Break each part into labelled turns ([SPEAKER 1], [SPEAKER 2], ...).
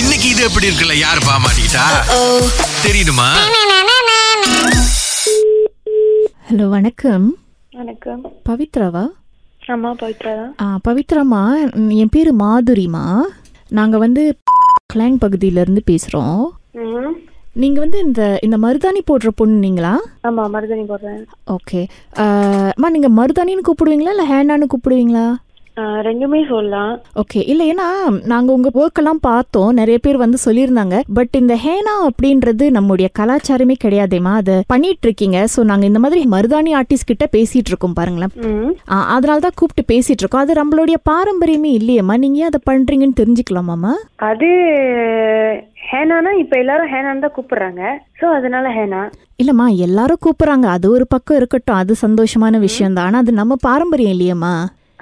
[SPEAKER 1] இன்னைக்கு இது எப்படி இருக்குல்ல யாரு பாமாட்டா தெரியுமா
[SPEAKER 2] ஹலோ வணக்கம்
[SPEAKER 3] வணக்கம்
[SPEAKER 2] பவித்ராவா
[SPEAKER 3] அம்மா பவித்ரா தான்
[SPEAKER 2] ஆ பவித்ராமா என் பேர் மாதுரிமா நாங்கள் வந்து கிளாங் பகுதியிலேருந்து பேசுகிறோம்
[SPEAKER 3] ம்
[SPEAKER 2] நீங்கள் வந்து இந்த இந்த மருதாணி போடுற பொண்ணு நீங்களா
[SPEAKER 3] ஆமாம் மருதனி போடுறேன்
[SPEAKER 2] ஓகே அம்மா நீங்கள் மருதாணின்னு கூப்பிடுவீங்களா இல்லை ஹேண்டான்னு கூப்பிடுவீங்களா
[SPEAKER 3] ஆ, ரெண்டுமே சொல்லலாம்
[SPEAKER 2] ஓகே இல்லை ஏன்னா நாங்கள் உங்கள் ஒர்க்கெல்லாம் பார்த்தோம் நிறைய பேர் வந்து சொல்லியிருந்தாங்க பட் இந்த ஹேனா அப்படின்றது நம்முடைய கலாச்சாரமே கிடையாதேம்மா அதை பண்ணிட்டு இருக்கீங்க ஸோ நாங்கள் இந்த மாதிரி மருதாணி ஆர்டிஸ்ட் கிட்ட பேசிட்டு இருக்கோம் பாருங்களேன்
[SPEAKER 3] ம்
[SPEAKER 2] ஆ அதனால தான் கூப்பிட்டு பேசிட்டு இருக்கோம் அது நம்மளுடைய பாரம்பரியமே இல்லையேம்மா நீங்க ஏன் அதை பண்றீங்கன்னு தெரிஞ்சுக்கலாமாம்மா
[SPEAKER 3] அது ஹேனானா இப்போ எல்லாரும் ஹேனான் தான் கூப்பிடுறாங்க ஸோ அதனால ஹேனா
[SPEAKER 2] இல்லம்மா எல்லாரும் கூப்பிடுறாங்க அது ஒரு பக்கம் இருக்கட்டும் அது சந்தோஷமான விஷயம் தான் ஆனா அது நம்ம பாரம்பரியம் இல்லையேம்மா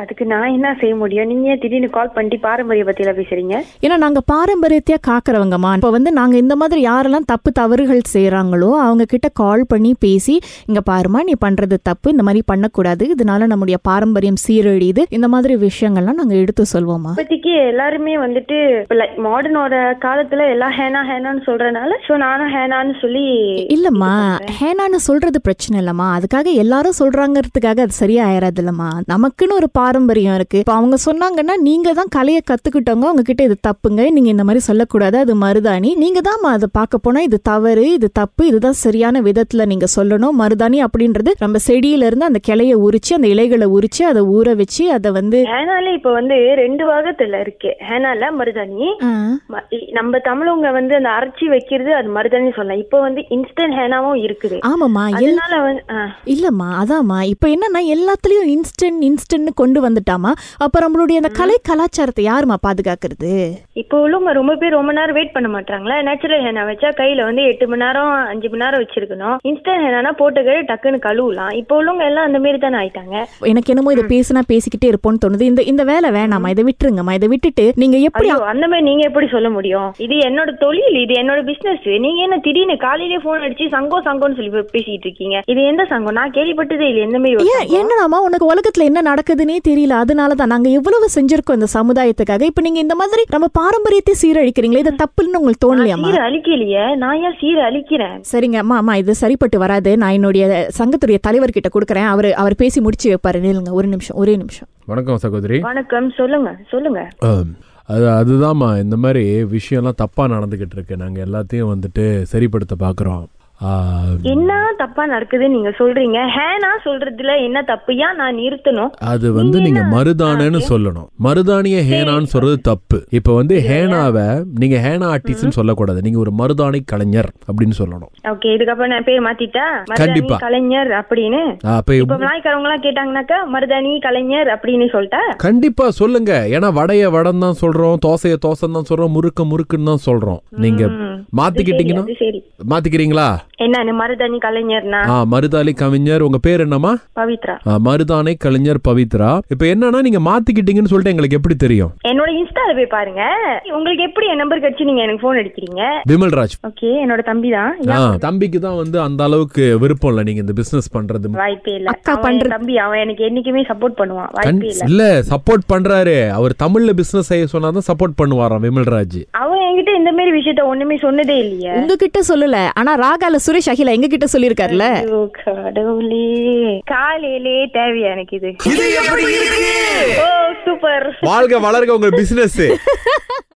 [SPEAKER 3] அதுக்கு நான் என்ன செய்ய முடியும் நீங்க ஏன் திடீர்னு கால் பண்ணிட்டு பாரம்பரிய பத்தியில பேசுறீங்க
[SPEAKER 2] ஏன்னா நாங்க பாரம்பரியத்தையா காக்குறவங்கம்மா இப்போ வந்து நாங்க இந்த மாதிரி யாரெல்லாம் தப்பு தவறுகள் செய்றாங்களோ அவங்க கிட்ட கால் பண்ணி பேசி இங்க பாருமா நீ பண்றது தப்பு இந்த மாதிரி பண்ணக்கூடாது இதனால நம்முடைய பாரம்பரியம் சீரழியுது இந்த மாதிரி விஷயங்கள்லாம் நாங்க எடுத்து சொல்வோம்மா
[SPEAKER 3] இப்போதைக்கு எல்லாருமே வந்துட்டு மாடர்னோட காலத்துல எல்லாம் ஹேனா ஹேனான்னு சொல்றதுனால ஸோ நானும் ஹேனான்னு சொல்லி
[SPEAKER 2] இல்லம்மா ஹேனான்னு சொல்றது பிரச்சனை இல்லம்மா அதுக்காக எல்லாரும் சொல்றாங்கிறதுக்காக அது சரியா ஆயிராது இல்லம்மா நமக்குன்னு ஒரு பாரம்பரியம் இருக்கு இப்போ அவங்க சொன்னாங்கன்னா நீங்க தான் கலையை கத்துக்கிட்டவங்க உங்ககிட்ட இது தப்புங்க நீங்க இந்த மாதிரி சொல்லக்கூடாது அது மருதாணி நீங்க தான் அதை பார்க்க போனா இது தவறு இது தப்பு இதுதான் சரியான விதத்துல நீங்க சொல்லணும் மருதாணி அப்படின்றது நம்ம செடியில இருந்து அந்த கிளைய உரிச்சு அந்த இலைகளை உரிச்சு அதை ஊற வச்சு அதை வந்து
[SPEAKER 3] ஹேனால இப்போ வந்து ரெண்டு பாகத்துல இருக்கு ஹேனால மருதாணி ம- இ- நம்ம தமிழவங்க வந்து அந்த அரைச்சி வைக்கிறது அது மருதாணி சொல்லலாம் இப்போ வந்து இன்ஸ்டன்ட் ஹேனாவும் இருக்குது
[SPEAKER 2] ஆமாம்மா எல்
[SPEAKER 3] அதனால வந்து ஆ.
[SPEAKER 2] இல்லம்மா அதாம்மா இப்போ என்னன்னா எல்லாத்துலயும் இன்ஸ்டன்ட் இன்ஸ்டன்ட்னு கொண்டு வந்துட்டாமா அப்ப நம்மளுடைய அந்த கலை கலாச்சாரத்தை யாருமா பாதுகாக்கிறது
[SPEAKER 3] இப்போ உள்ளவங்க ரொம்ப பேர் ரொம்ப நேரம் வெயிட் பண்ண மாட்டாங்களா நேச்சுரல் ஹேனா வச்சா கையில வந்து எட்டு மணி நேரம் அஞ்சு மணி நேரம் வச்சிருக்கணும் இன்ஸ்டன்ட் ஹேனா போட்டு கையில டக்குன்னு கழுவலாம் இப்போ உள்ளவங்க எல்லாம் அந்த மாரி தானே ஆயிட்டாங்க
[SPEAKER 2] எனக்கு என்னமோ இதை பேசினா பேசிக்கிட்டே இருப்போம்னு தோணுது இந்த இந்த வேலை வேணாமா இதை விட்டுருங்கம்மா இதை விட்டுட்டு நீங்க எப்படி
[SPEAKER 3] ஐயோ, அந்த மாதிரி நீங்க எப்படி சொல்ல முடியும் இது என்னோட தொழில் இது என்னோட பிசினஸ் நீங்க என்ன திடீர்னு காலையிலே போன் அடிச்சு சங்கம் சங்கம்னு சொல்லி பே- பேசிட்டு இருக்கீங்க இது எந்த சங்கம் நான் கேள்விப்பட்டதே இல்லை எந்த மாதிரி ஒரு
[SPEAKER 2] ஏன்
[SPEAKER 3] சங்கம்.
[SPEAKER 2] என்னடாமா உனக்கு உலகத்துல என்ன நடக்குதுன்னே தெரியல அதனால தான் நாங்க எவ்வளவு செஞ்சிருக்கோம் இந்த சமுதாயத்துக்காக இப்போ நீங்க இந்த மாதிரி நம்ம பாரம்பரியத்தை சீரழிக்கிறீங்களே இது தப்புன்னு உங்களுக்கு தோணலையாமா
[SPEAKER 3] சீர் அழிக்கலையே நான் ஏன் சீர் அழிக்கிறேன்
[SPEAKER 2] சரிங்க அம்மா அம்மா இது சரிப்பட்டு வராது நான் என்னுடைய சங்கத்துடைய தலைவர்கிட்ட கொடுக்குறேன் அவர் அவர் பேசி முடிச்சு வைப்பாரு நில்லுங்க ஒரு நிமிஷம் ஒரே நிமிஷம்
[SPEAKER 4] வணக்கம் சகோதரி
[SPEAKER 3] வணக்கம் சொல்லுங்க சொல்லுங்க
[SPEAKER 4] ஆம். அது அதுதாம்மா இந்த மாதிரி விஷயம்லாம் தப்பாக நடந்துக்கிட்டு இருக்கு நாங்கள் எல்லாத்தையும் வந்துட்டு சரிப்படுத்த பார்க்குறோம்
[SPEAKER 3] என்ன தப்பா நடக்குதுன்னு நீங்க சொல்றீங்க ஹேனா சொல்றதுல என்ன தப்பு ஏன் நான் நிறுத்தணும்
[SPEAKER 4] அது வந்து நீங்கள் மருதானன்னு சொல்லணும் மருதானிய ஹேனான்னு சொல்கிறது தப்பு இப்போ வந்து ஹேனாவை நீங்கள் ஹேனா ஆர்டிஸ்ட்னு சொல்லக்கூடாது நீங்கள் ஒரு மருதாணி கலைஞர் அப்படின்னு சொல்லணும்
[SPEAKER 3] ஓகே இதுக்கப்புறம் நான் பேர் மாத்திட்டா மருதாணி
[SPEAKER 4] கண்டிப்பா.
[SPEAKER 3] கலைஞர் அப்படின்னு
[SPEAKER 4] அப்போ
[SPEAKER 3] இப்ப நாய்க்காரவங்க எல்லாம் கேட்டாங்கன்னாக்கா மருதாணி கலைஞர் அப்படின்னு சொல்லிட்டா
[SPEAKER 4] கண்டிப்பா சொல்லுங்க ஏன்னா வடைய வடம் தான் சொல்றோம் தோசைய தோசை தான் சொல்றோம் முறுக்க முறுக்குன்னு தான் சொல்றோம் நீங்க மாத்திக்கிட்டீங்கன்னா
[SPEAKER 3] அது சரி
[SPEAKER 4] மாத்திக்கிறீங்களா
[SPEAKER 3] என்னன்னு மருதாணி கலைஞர்னா
[SPEAKER 4] ஆ மருதாளி கவிஞர் உங்க பேர் என்னம்மா
[SPEAKER 3] பவித்ரா
[SPEAKER 4] ஆ, மருதானை கலைஞர் பவித்ரா இப்போ என்னன்னா நீங்க மாத்திக்கிட்டீங்கன்னு சொல்லிட்டு எங்களுக்கு எப்படி தெரியும்
[SPEAKER 3] என்னோட இன்ஸ்டால போய் பாருங்க உங்களுக்கு எப்படி என் நம்பர் கிடைச்சு நீங்க எனக்கு போன் அடிக்கிறீங்க
[SPEAKER 4] விமல்ராஜ்
[SPEAKER 3] ஓகே என்னோட தம்பி தான்
[SPEAKER 4] ஆ தம்பிக்கு தான் வந்து அந்த அளவுக்கு விருப்பம் இல்லை நீங்க இந்த பிசினஸ் பண்றது
[SPEAKER 3] வாய்ப்பே இல்ல
[SPEAKER 2] அக்கா
[SPEAKER 3] அவன் என்
[SPEAKER 2] பண்றது-
[SPEAKER 3] தம்பி அவன் எனக்கு என்னைக்குமே சப்போர்ட் பண்ணுவான்
[SPEAKER 4] கண்-
[SPEAKER 3] வாய்ப்பே இல்ல
[SPEAKER 4] இல்ல சப்போர்ட் பண்றாரு அவர் தமிழ்ல பிசினஸ் செய்ய சொன்னாதான் சப்போர்ட் பண்ணுவாராம் விமல்ராஜ்
[SPEAKER 3] அவன் என்கிட்ட இந்த மாதிரி விஷயத்த ஒண்ணுமே சொன்னதே இல்லையே
[SPEAKER 2] உங்ககிட்ட சொல்லல ஆனா ராகால சுரேஷ் அகிலா எங்க கிட்ட சொல்லியிருக்காருல்ல
[SPEAKER 3] ஐயோ, கடவுளே காலையிலே தேவையா எனக்கு இது
[SPEAKER 1] இது எப்படி இருக்கு
[SPEAKER 3] ஓ சூப்பர்
[SPEAKER 4] வாழ்க வளர்க உங்க பிசினஸ்